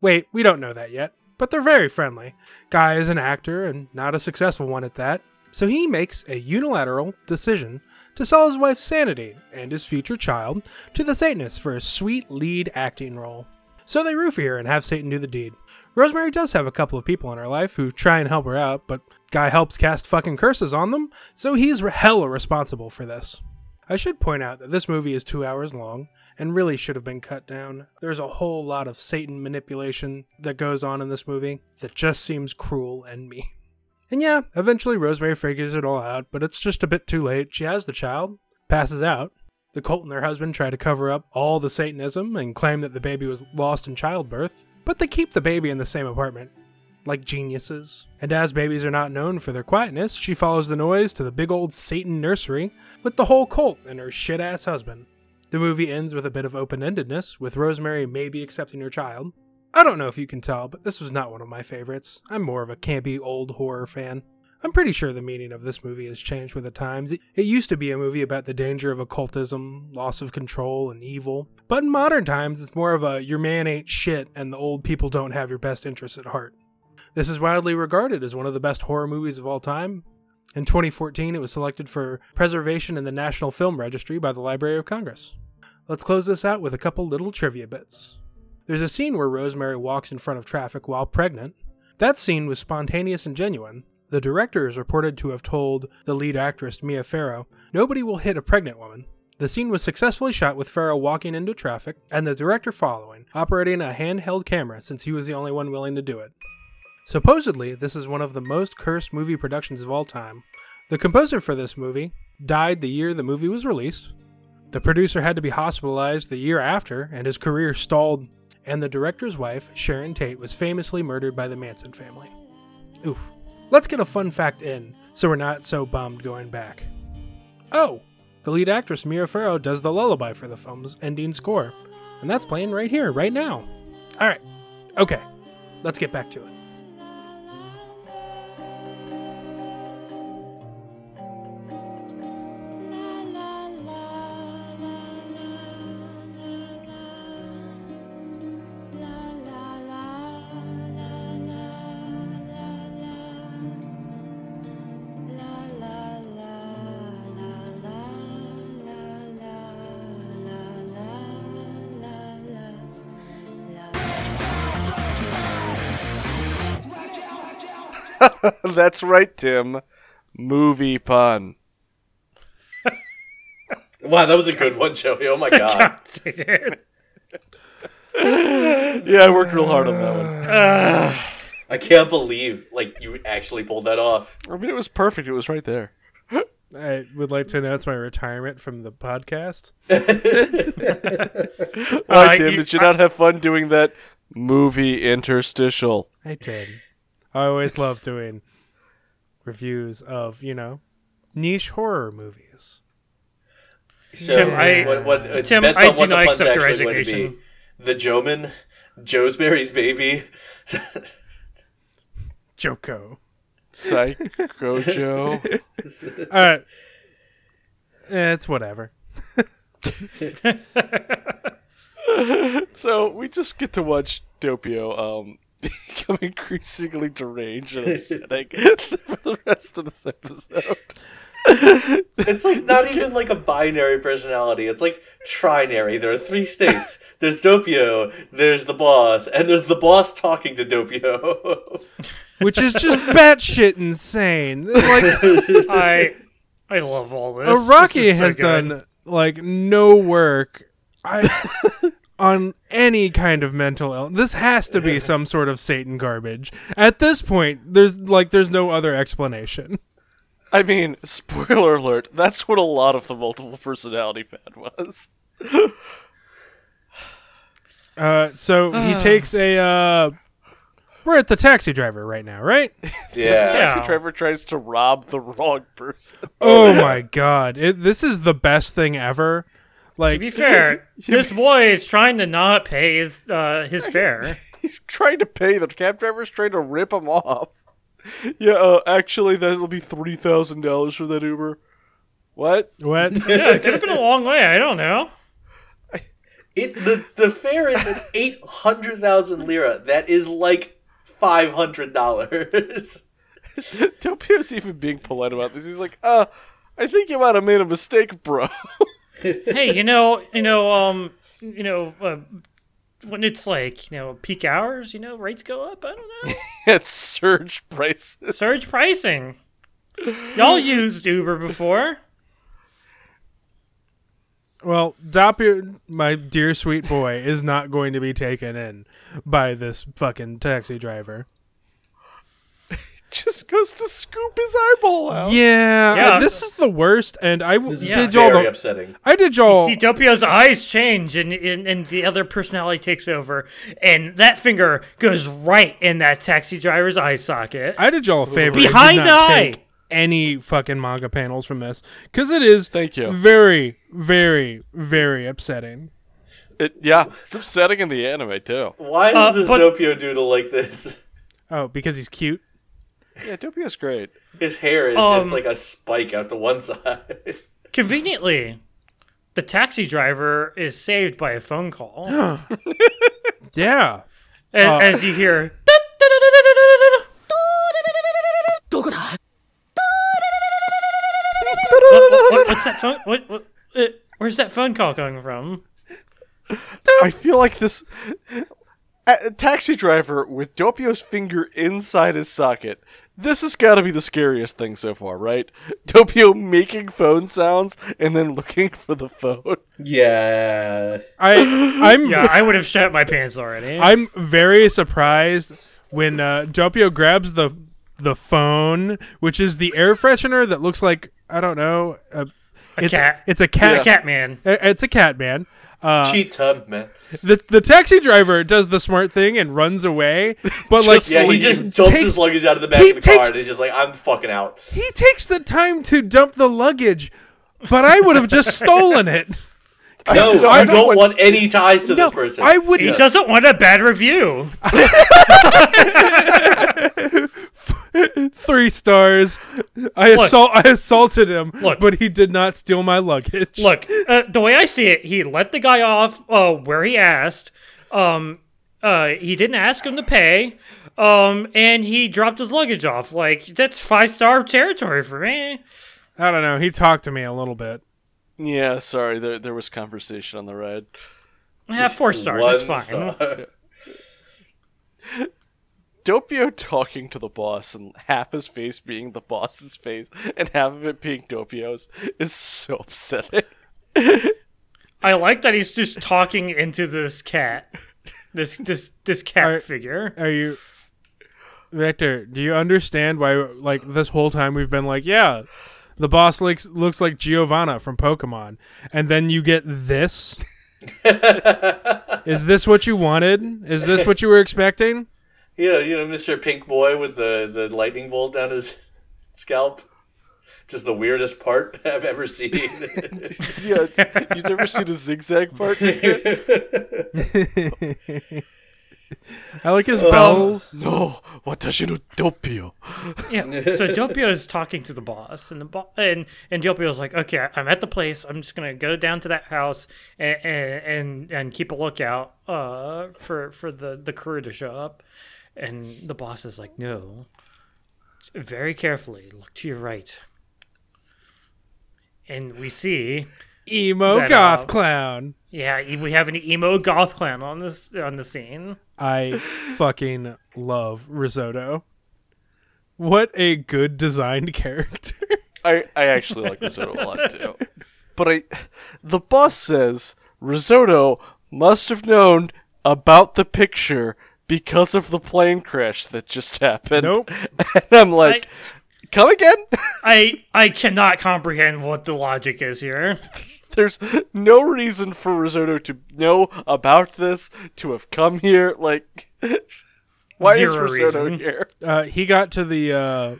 Wait, we don't know that yet, but they're very friendly. Guy is an actor and not a successful one at that, so he makes a unilateral decision to sell his wife's sanity and his future child to the Satanists for a sweet lead acting role. So they roof her and have Satan do the deed. Rosemary does have a couple of people in her life who try and help her out, but Guy helps cast fucking curses on them, so he's hella responsible for this. I should point out that this movie is two hours long and really should have been cut down. There's a whole lot of Satan manipulation that goes on in this movie that just seems cruel and mean. And yeah, eventually Rosemary figures it all out, but it's just a bit too late. She has the child, passes out. The Colt and her husband try to cover up all the Satanism and claim that the baby was lost in childbirth, but they keep the baby in the same apartment, like geniuses. And as babies are not known for their quietness, she follows the noise to the big old Satan nursery with the whole cult and her shit ass husband. The movie ends with a bit of open endedness, with Rosemary maybe accepting her child. I don't know if you can tell, but this was not one of my favorites. I'm more of a campy old horror fan. I'm pretty sure the meaning of this movie has changed with the times. It it used to be a movie about the danger of occultism, loss of control, and evil. But in modern times, it's more of a your man ain't shit and the old people don't have your best interests at heart. This is widely regarded as one of the best horror movies of all time, In 2014, it was selected for preservation in the National Film Registry by the Library of Congress. Let's close this out with a couple little trivia bits. There's a scene where Rosemary walks in front of traffic while pregnant. That scene was spontaneous and genuine. The director is reported to have told the lead actress, Mia Farrow, nobody will hit a pregnant woman. The scene was successfully shot with Farrow walking into traffic and the director following, operating a handheld camera since he was the only one willing to do it. Supposedly, this is one of the most cursed movie productions of all time. The composer for this movie died the year the movie was released. The producer had to be hospitalized the year after, and his career stalled. And the director's wife, Sharon Tate, was famously murdered by the Manson family. Oof. Let's get a fun fact in, so we're not so bummed going back. Oh, the lead actress Mia Farrow does the lullaby for the film's ending score, and that's playing right here, right now. All right, okay, let's get back to it.
That's right, Tim. Movie pun.
Wow, that was a good one, Joey. Oh my god.
Yeah, I worked real hard on that one.
I can't believe like you actually pulled that off.
I mean, it was perfect. It was right there.
I would like to announce my retirement from the podcast.
All right,
Uh,
Tim,
you-
did you not have fun doing that movie interstitial?
I did. I always love doing reviews of, you know, niche horror movies.
So
Tim, I-
what, what, uh,
Tim,
that's
I
not
do
what the
not
pun's
accept your
actually going to be.
resignation.
The Joman, Joesberry's baby.
Joko.
Psycho Joe.
All right. Eh, It's whatever.
So we just get to watch Dopio um, become increasingly deranged and upsetting for the rest of this episode.
It's like not even like a binary personality. It's like trinary. There are three states. There's Dopio, there's the boss, and there's the boss talking to Dopio.
Which is just batshit insane. Like
I I love all this. This
Araki
is so
has
good.
done like no work I, on any kind of mental illness. This has to be some sort of Satan garbage. At this point, there's like there's no other explanation.
I mean, spoiler alert, that's what a lot of the multiple personality fad was.
Uh, so he takes a. Uh, we're at the taxi driver right now, right?
yeah.
Yeah.
Trevor tries to rob the wrong person.
Oh my god, it, this is the best thing ever.
To be
Like,
fair, this boy is trying to not pay his uh, his fare.
He's trying to pay. The cab driver's trying to rip him off. Yeah, uh, actually, that'll be $3,000 for that Uber. What?
what?
Yeah, it could have been a long way. I don't know.
It the the fare is at eight hundred thousand lira. That is like five hundred dollars.
Topio's even being polite about this. He's like, uh, I think you might have made a mistake, bro.
Hey, you know, you know, um, you know, uh, when it's like you know peak hours, you know, rates go up. I don't know.
it's surge prices.
Surge pricing. Y'all used Uber before.
Well, Doppio, my dear sweet boy, is not going to be taken in by this fucking taxi driver.
Just goes to scoop his eyeball
Oh.
out.
Yeah,
Yeah.
this is the worst. And I w-
Yeah.
did y'all.
Very
The,
upsetting.
I did y'all.
See, Dopio's eyes change, and, and and the other personality takes over, and that finger goes right in that taxi driver's eye socket.
I did y'all a favor. and did
Behind
not
the eye.
take Any fucking manga panels from this because it is
Thank you.
very, very, very upsetting.
It, yeah, it's upsetting in the anime, too.
Why does
Uh,
this
but-
Dopio doodle like this?
Oh, because he's cute.
Yeah, Topio's great.
His hair is just
Um,
like a spike out to one side.
Conveniently, the taxi driver is saved by a phone call,
Uh.
and,
Yeah.
as you hear. what's that phone? What? what uh, where's that phone call coming from?
I feel like this a a taxi driver with Dopio's finger inside his socket. This has got to be the scariest thing so far, right? Dopio making phone sounds and then looking for the phone.
Yeah.
I I'm
Yeah, I would have shut my pants already.
I'm very surprised when uh, Dopio grabs the the phone, which is the air freshener that looks like I don't know. A, it's,
cat.
It's a cat.
Cat man.
Uh, It's a cat man. Uh,
Cheetah, man.
The the taxi driver does the smart thing and runs away, but like
Yeah, he just dumps
takes-
his luggage out of the back
he
of the car
takes-
and he's just like, I'm fucking out.
he takes the time to dump the luggage, but I would have just stolen it.
No, you
I
don't,
don't
want,
want-
any ties to
No,
this person.
I would
He doesn't want a bad review.
three stars. I assault I assaulted him,
Look.
but he did not steal my luggage.
Look, uh, the way I see it, he let the guy off uh, where he asked. Um, uh, he didn't ask him to pay, um, and he dropped his luggage off. Like that's five star territory for me.
I don't know. He talked to me a little bit.
Yeah, sorry, there, there was conversation on the ride.
Yeah, four stars. That's fine.
star.
Dopio talking to the boss and half his face being the boss's face and half of it being Dopio's is so upsetting.
I like that he's just talking into this cat, this this this cat
Alright.
figure.
Are you Victor, do you understand why like this whole time we've been like, yeah, the boss looks looks like Giovanna from Pokemon. And then you get this? Is this what you wanted? Is this what you were expecting?
Yeah, you know, Mr. Pink Boy with the, the lightning bolt down his scalp. Just the weirdest part I've ever seen.
yeah, you've never seen a zigzag part?
I like
Um,
his bells.
no, watashi no Dopio.
Yeah. So Dopio is talking to the boss, and the bo- and and Dopio's like, "Okay, I'm at the place. I'm just gonna go down to that house and and and keep a lookout uh, for for the the crew to show up." And the boss is like, "No, very carefully. Look to your right." And we see,
Emo
that
goth
out.
clown.
yeah, e, we have an emo goth clown on this on the scene.
I fucking love Risotto. What a good designed character.
I, I actually like risotto a lot too. But I the boss says risotto must have known about the picture because of the plane crash that just happened.
Nope.
And I'm like, come again?
I I cannot comprehend what the logic is here.
There's no reason for risotto to know about this, to have come here. Like why is
Zero
risotto
reason.
here?
Uh, he got to the uh,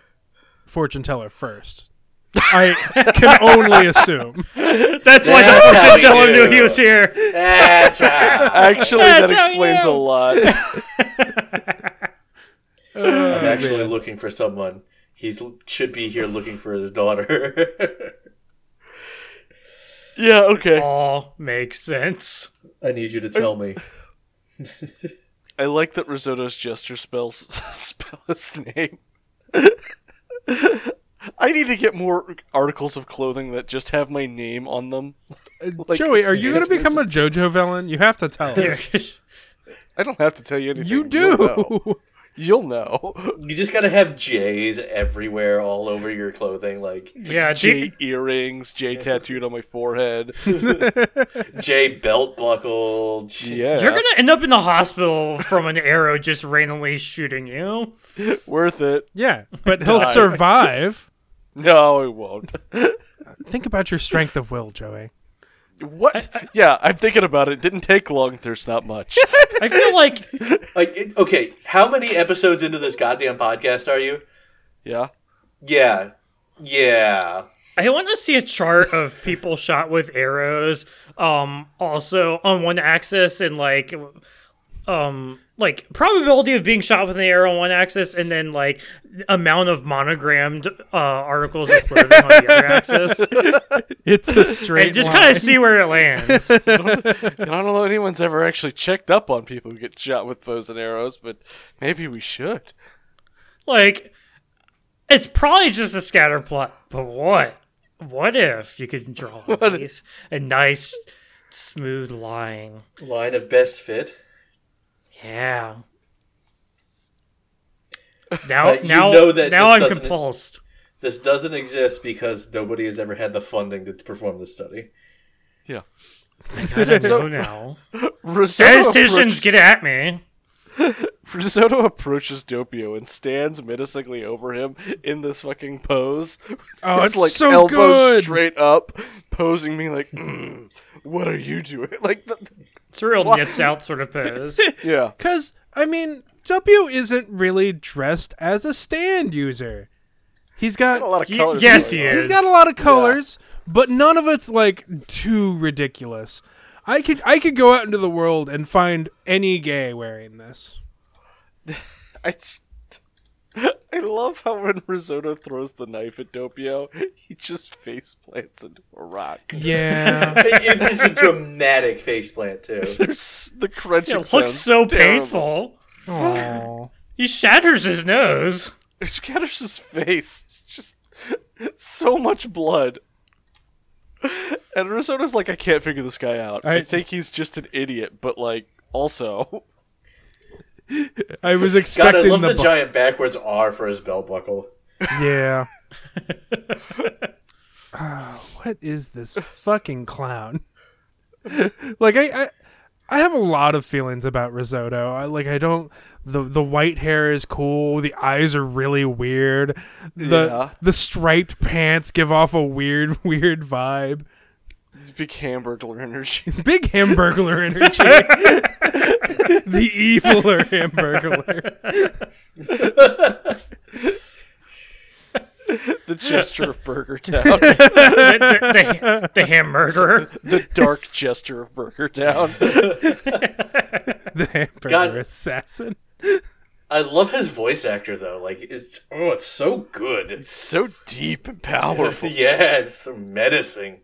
fortune teller first. I can only assume.
That's why the
That's how
fortune
you
teller
do
knew he was here.
That's how-
Actually that
That's how
explains a
you-
lot.
Oh,
I'm actually looking for someone. He should be here looking for his daughter.
Yeah, okay.
all makes sense.
I need you to tell me.
I like that Risotto's gesture spells spell his name. I need to get more articles of clothing that just have my name on them. Like,
Uh, Joey, are you going to
excuse
become a JoJo villain? You have to tell us.
I don't have to tell you anything.
You
You'll
do.
know. You'll know.
You just gotta have J's everywhere all over your clothing, like
yeah,
J
G-
earrings, J tattooed on my forehead.
J belt buckle. J-
Yeah,
you're gonna end up in the hospital from an arrow just randomly shooting you.
worth it.
Yeah, but he'll survive.
No, it won't.
Think about your strength of will, Joey.
What? yeah, I'm thinking about it. Didn't take long. There's not much.
I feel like
Like, it- okay, how many episodes into this goddamn podcast are you?
Yeah.
Yeah, yeah.
I want to see a chart of people shot with arrows. Um, also on one axis and like, um, like probability of being shot with an arrow on one axis, and then like amount of monogrammed uh, articles of clothing on the other axis,
It's a
and
straight.
just kind of see where it lands.
And I don't know if anyone's ever actually checked up on people who get shot with bows and arrows, but maybe we should.
Like, it's probably just a scatter plot, but what? What if you could draw a nice, a nice, smooth line?
Line of best fit.
Yeah. Now,
you
now,
know that
now
this
I'm
doesn't-
compulsed.
This doesn't exist because nobody has ever had the funding to perform this study.
Yeah.
I don't know now.
Risotto,
Statisticians,
approach-
get at me.
Risotto approaches Doppio and stands menacingly over him in this fucking pose.
Oh,
it's
it's
like
so
elbows
good.
straight up, posing me like, "Mm, "What are you doing?" Like, the,
It's a real nips out sort of pose.
yeah,
Because, I mean, W isn't really dressed as a stand user. He's got,
a lot of
Ye-
colors.
yes,
going
he
on.
is.
he's got a lot of colors, but none of it's like too ridiculous. I could I could go out into the world and find any gay wearing this.
I just, I love how when Risotto throws the knife at Doppio, he just face plants into a rock.
Yeah.
It is a dramatic faceplant too.
There's the crunching.
It looks so
sounds terrible.
painful. He shatters his nose.
It scatters his face. It's just so much blood. And Risotto's like, I can't figure this guy out. I,
I-
think he's just an idiot, but like, also,
I was
God, I
expecting
love the,
the, bu-
giant backwards R for his belt buckle.
Yeah. Ah, what is this fucking clown? like I, I I have a lot of feelings about risotto. I like I don't the the white hair is cool, the eyes are really weird. The
Yeah.
the striped pants give off a weird weird vibe.
he's big hamburger energy.
Big hamburglar energy. the eviler hamburglar.
the gesture of Burger Town.
The, the, the, the hamburger.
the dark gesture of Burger Town.
The hamburger
God.
assassin.
I love his voice actor though. Like it's oh, it's so good.
so deep and powerful.
Yeah, it's so menacing.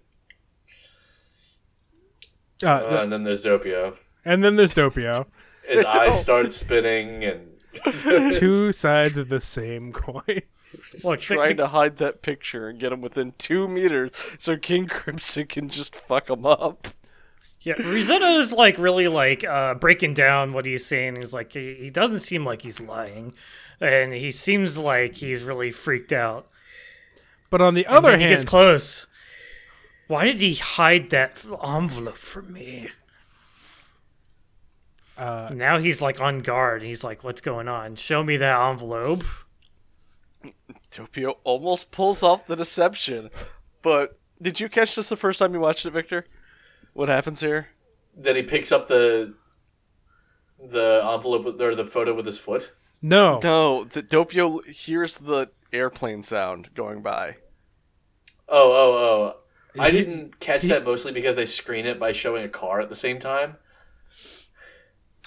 Uh,
Uh, and then there's Zopio.
and then there's Dopio.
His eyes start spinning and
Two sides of the same coin.
Look, the-
Trying
the-
to hide that picture and get him within two meters so King Crimson can just fuck him up.
yeah, Risotto is like really like uh, breaking down what he's saying. He's like he, he doesn't seem like he's lying, and he seems like he's really freaked out.
But on the
And
other
then he gets
hand,
close. Why did he hide that f- envelope from me?
Uh,
now he's like on guard. He's like, "What's going on? Show me that envelope."
Topio almost pulls off the deception. But did you catch this the first time you watched it, Victor? What happens here?
then he picks up the the envelope with, or the photo with his foot.
no.
No, the Dopio hears the airplane sound going by.
Oh, oh, oh. I didn't catch that mostly because they screen it by showing a car at the same time.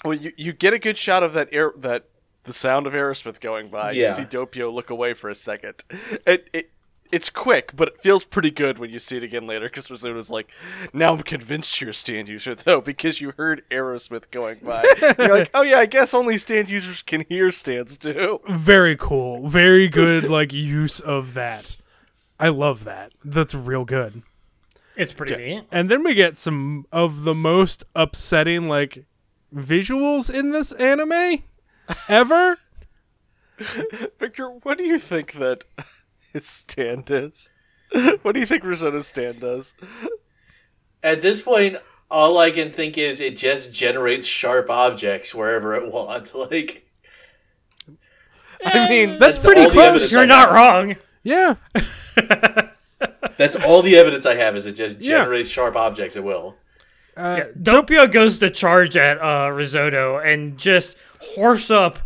Well, you, you get a good shot of that air that the sound of Aerosmith going by. You
Yeah.
see Dopio look away for a second. It, it it's quick, but it feels pretty good when you see it again later. Because Rizzuto's like, now I'm convinced you're a stand user though, because you heard Aerosmith going by. you're like, oh yeah, I guess only stand users can hear stands too.
Very cool. Very good like use of that. I love that. That's real good.
It's pretty neat.
And then we get some of the most upsetting like visuals in this anime ever.
Victor, what do you think that his stand is? What do you think Rosanna's stand does?
At this point, all I can think is it just generates sharp objects wherever it wants. Like
I mean,
That's pretty
all the
close.
evidence-
You're not wrong.
Yeah.
that's all the evidence I have is it just generates sharp objects at will.
Yeah, Dopio goes to charge at uh, Risotto and just horse up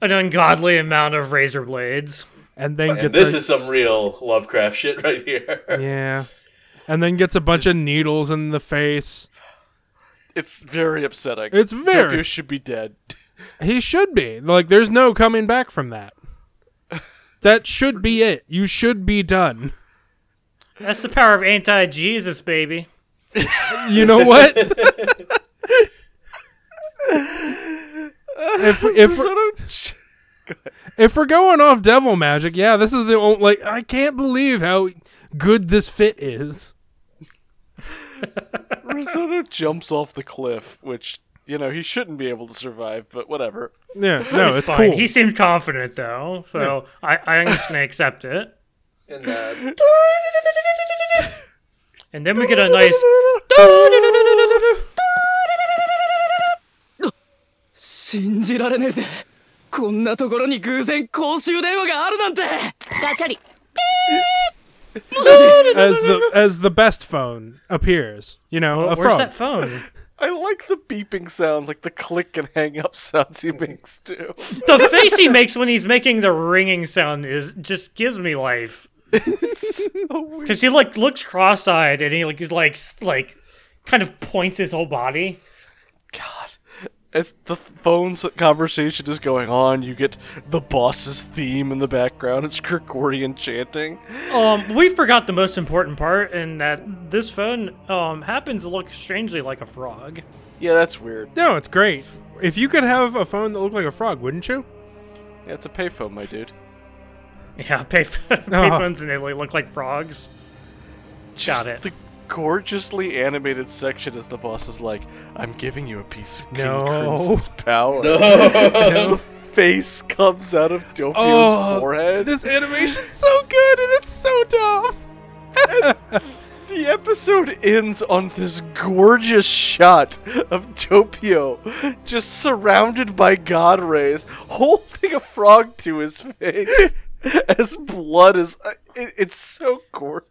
an ungodly amount of razor blades.
And then
And
gets
this
a,
is some real Lovecraft shit right here.
yeah. And then gets a bunch of needles in the face.
it's very upsetting.
It's very-
Dopio should be dead.
He should be. Like there's no coming back from that. That should be it. You should be done.
That's the power of anti Jesus, baby.
You know what? if if
Risotto-
if we're going off devil magic, yeah, this is the only like I can't believe how good this fit is.
Risotto jumps off the cliff, which you know he shouldn't be able to survive, but whatever.
Yeah, no, it's,
fine.
cool.
He seemed confident though, so I, I'm just gonna accept it.
And uh,
And then we get a nice
as the as the best phone appears, you know, a
Where's
frog.
that phone?
I like the beeping sounds, like the click and hang up sounds he makes too.
The face he makes when he's making the ringing sound is just gives me life. Because he like looks cross-eyed and he like he, like s- like kind of points his whole body.
As the phone s- conversation is going on, you get the boss's theme in the background. It's Gregorian chanting.
Um, we forgot the most important part, and that this phone um happens to look strangely like a frog.
Yeah, that's weird.
No, it's great. If you could have a phone that looked like a frog, wouldn't you?
Yeah, it's a payphone, my dude.
Yeah, pay
Oh.
payphones and they like, look like frogs.
Just
it.
The gorgeously animated section is the boss is like, "I'm giving you a piece of King
No.
Crimson's power." As the face comes out of Dopio's
Oh,
forehead.
Oh, this animation's so good and it's so dumb.
The episode ends on this gorgeous shot of Topio just surrounded by god rays, holding a frog to his face as blood is. uh, It, it's so gorgeous.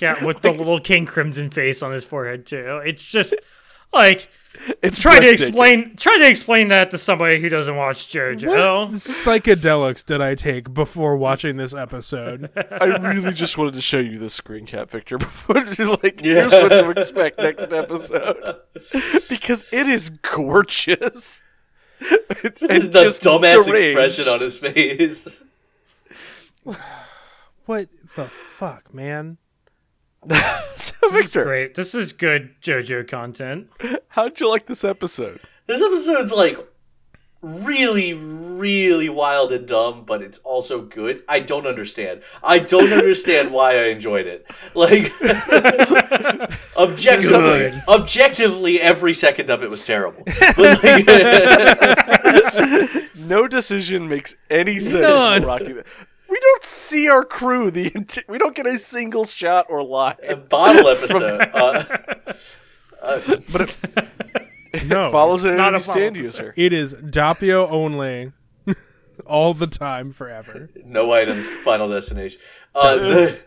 Yeah, with the little King Crimson face on his forehead too. It's just like
It's
try to
breathtaking.
explain try to explain that to somebody who doesn't watch JoJo.
Psychedelics did I take before watching this episode?
I really just wanted to show you this screen cap, Victor, before like here's what to expect next episode because it is gorgeous. It's
the dumbass expression on his face.
what the fuck, man?
So, Victor,
Great. This is good JoJo content.
how'd you like this episode?
This episode's like really, really wild and dumb, but it's also good. I don't understand. I don't understand why I enjoyed it. Like objectively,
Good.
objectively, every second of it was terrible. But like,
No decision makes any sense.
None.
for Rocky. We don't see our crew. The enti- we don't get a single shot or
a
line.
bottle episode. Uh,
But it
No,
follows an
not a
enemy stand
follow-up
user.
it is Doppio only, all the time, forever.
no items. Final destination. Uh, the-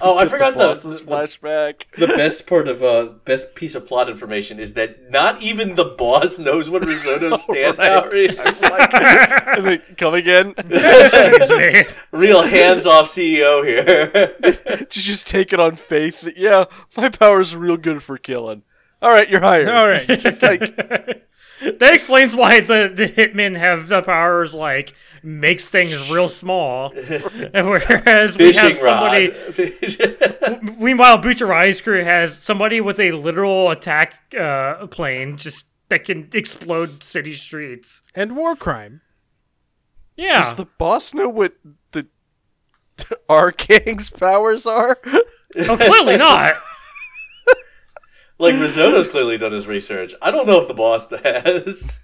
oh, I forgot the,
Bosses flashback.
the best part of uh best piece of plot information is that not even the boss knows what Risotto's stand power is.
And they come again.
Excuse me.
Real hands off CEO here.
to just take it on faith that yeah, my power's real good for killing. All right, you're hired.
All right,
Like,
That explains why the, the hitmen have the powers like makes things real small. And whereas we have
Fishing
somebody
rod. Fish-
Meanwhile, Bucharai's crew has somebody with a literal attack uh, plane just that can explode city streets.
and war crime.
Yeah,
does the boss know what the our king's powers are?
oh, clearly not.
like Risotto's clearly done his research. I don't know if the boss has.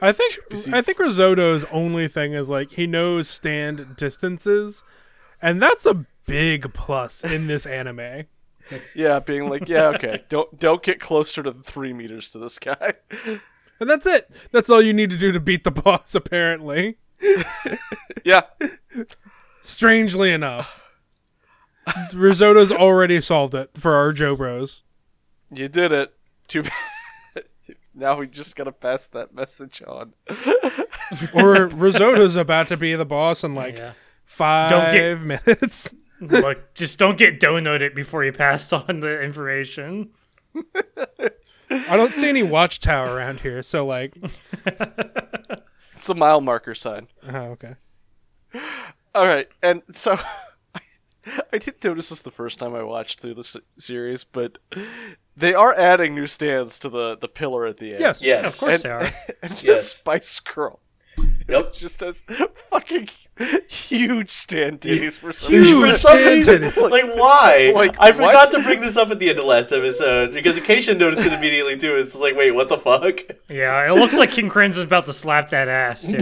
I think I think Risotto's only thing is like he knows stand distances, and that's a big plus in this anime.
yeah, being like, yeah, okay, don't don't get closer to three meters to this guy.
And that's it. That's all you need to do to beat the boss, apparently.
yeah,
Strangely enough, Risotto's already solved it for our Joe Bros.
you did it. Too bad. Now we just gotta pass that message on.
Or Risotto's about to be the boss in like
Yeah.
five
Don't get-
minutes.
Look, just don't get donuted before you passed on the information.
I don't see any watchtower around here, so like,
It's a mile marker sign.
oh, okay.
All right, and so I, I didn't notice this the first time I watched through this series, but they are adding new stands to the the pillar at the end.
Yes.
Yes.
Of course they are.
and this
Yes.
Spice Girl
Yep.
just has fucking Huge stand titties for some
Huge.
for some
Stand
reason,
titties.
like why?
Like,
I forgot
what?
to bring this up at the end of last episode because Acacia noticed it immediately too. It's just like, wait, what the fuck?
Yeah, it looks like King Crimson's about to slap that ass. Too.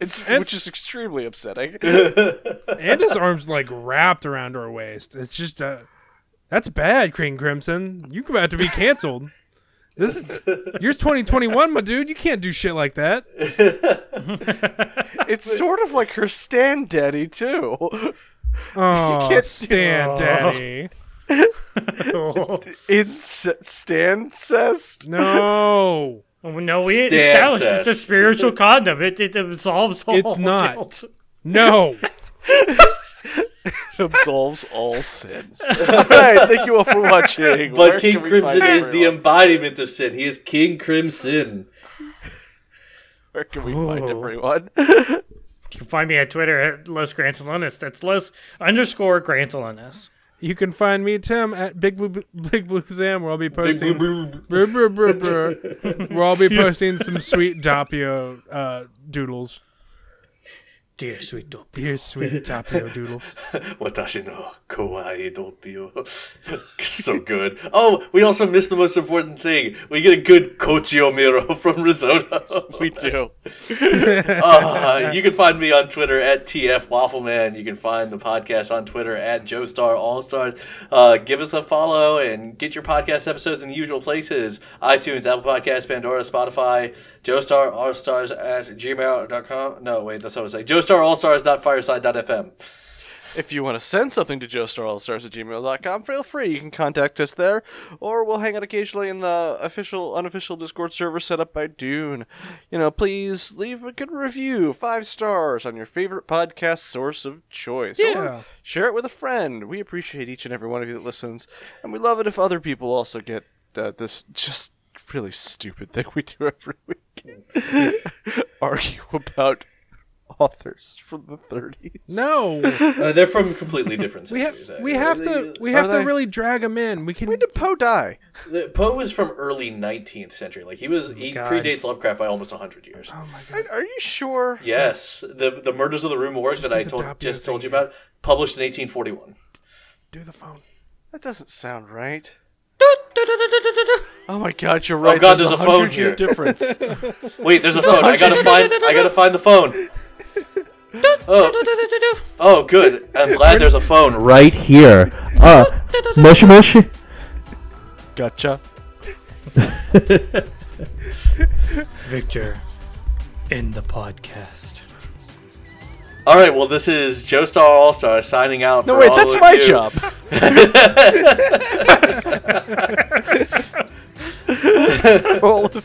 It's, which is extremely upsetting.
and his arms like wrapped around her waist. It's just uh, that's bad, King Crimson. You about to be canceled. This is year's 2021, my dude. You can't do shit like that.
It's sort of like her stand daddy too. can't
Oh,
do-
Stan,
Oh.
daddy.
Ince- stand cest.
No,
no, we
Stan
established it's a
says.
spiritual condom. It, it absolves all.
It's not.
guilt.
no.
absolves all sins. all right, thank you all for watching. Where
But King
can we find
Crimson is the
everyone?
embodiment of sin. He is King Crimson.
Where can we find everyone?
You can find me at Twitter at Los Grantolinus. That's Los underscore Grantolinus.
You can find me, Tim, at Big Blue Big Blue Sam, where I'll be
Big
posting.
blue boob.
Brr, brr, brr, brr. where I'll be posting some sweet Doppio uh, doodles.
Dear sweet dope.
Dear sweet Doppio doodles.
Watashi no kawaii doppio. so good. Oh, we also missed the most important thing. We get a good Kochio Miro from Risotto.
We do.
Uh, you can find me on Twitter at TF Waffleman. You can find the podcast on Twitter at Joestar Allstars. Uh, give us a follow and get your podcast episodes in the usual places iTunes, Apple Podcasts, Pandora, Spotify, Joestar Allstars at gmail.com. No, wait, that's what I was saying. JoestarAllstars.fireside.fm.
If you want to send something to joestarallstars at gmail.com, feel free. You can contact us there, or we'll hang out occasionally in the official, unofficial Discord server set up by Dune. You know, please leave a good review, five stars, on your favorite podcast source of choice. or
Yeah.
share it with a friend. We appreciate each and every one of you that listens, and we love it if other people also get uh, this just really stupid thing we do every week argue about authors from the 30s.
No.
Uh, they're from completely different
We have
centuries.
we
actually.
have to we
Are
have to
they-
really drag him in. We can
When did Poe die?
The- Poe was from early 19th century. Like, he was, he
God.
predates Lovecraft by almost 100 years.
Are, are you sure?
Yes, the the murders of the Rue Morgue that
do
I
the
told
Doppio
just
thing
told you
again.
about, published in 1841.
do the phone.
That doesn't sound right. Oh my god, you're right.
God, there's a phone
100 year
here.
difference.
Wait, there's a phone. I gotta find. I gotta find the phone. Oh, good. I'm glad there's a phone right here. Uh, mushy mushy.
gotcha.
Victor in the podcast.
All right. Well, this is Joe Star All Star signing out.
No,
for
wait,
all
that's
of
my
you.
job. for, all of,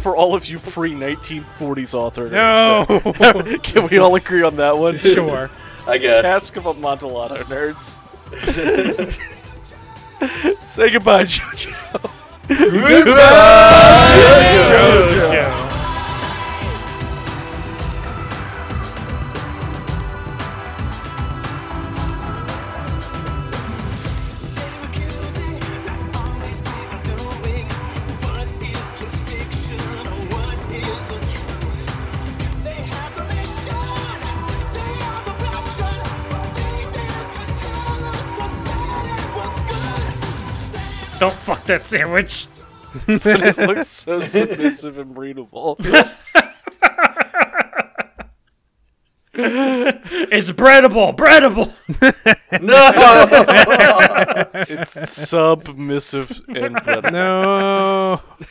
for all of you pre 1940s authors.
No,
Can we all agree on that one?
sure.
I guess.
Ask of a Montelato, nerds. Say goodbye, Jojo.
Don't fuck that sandwich.
It looks so submissive and breedable.
It's breadable, breadable.
No.
It's submissive and breedable.
No.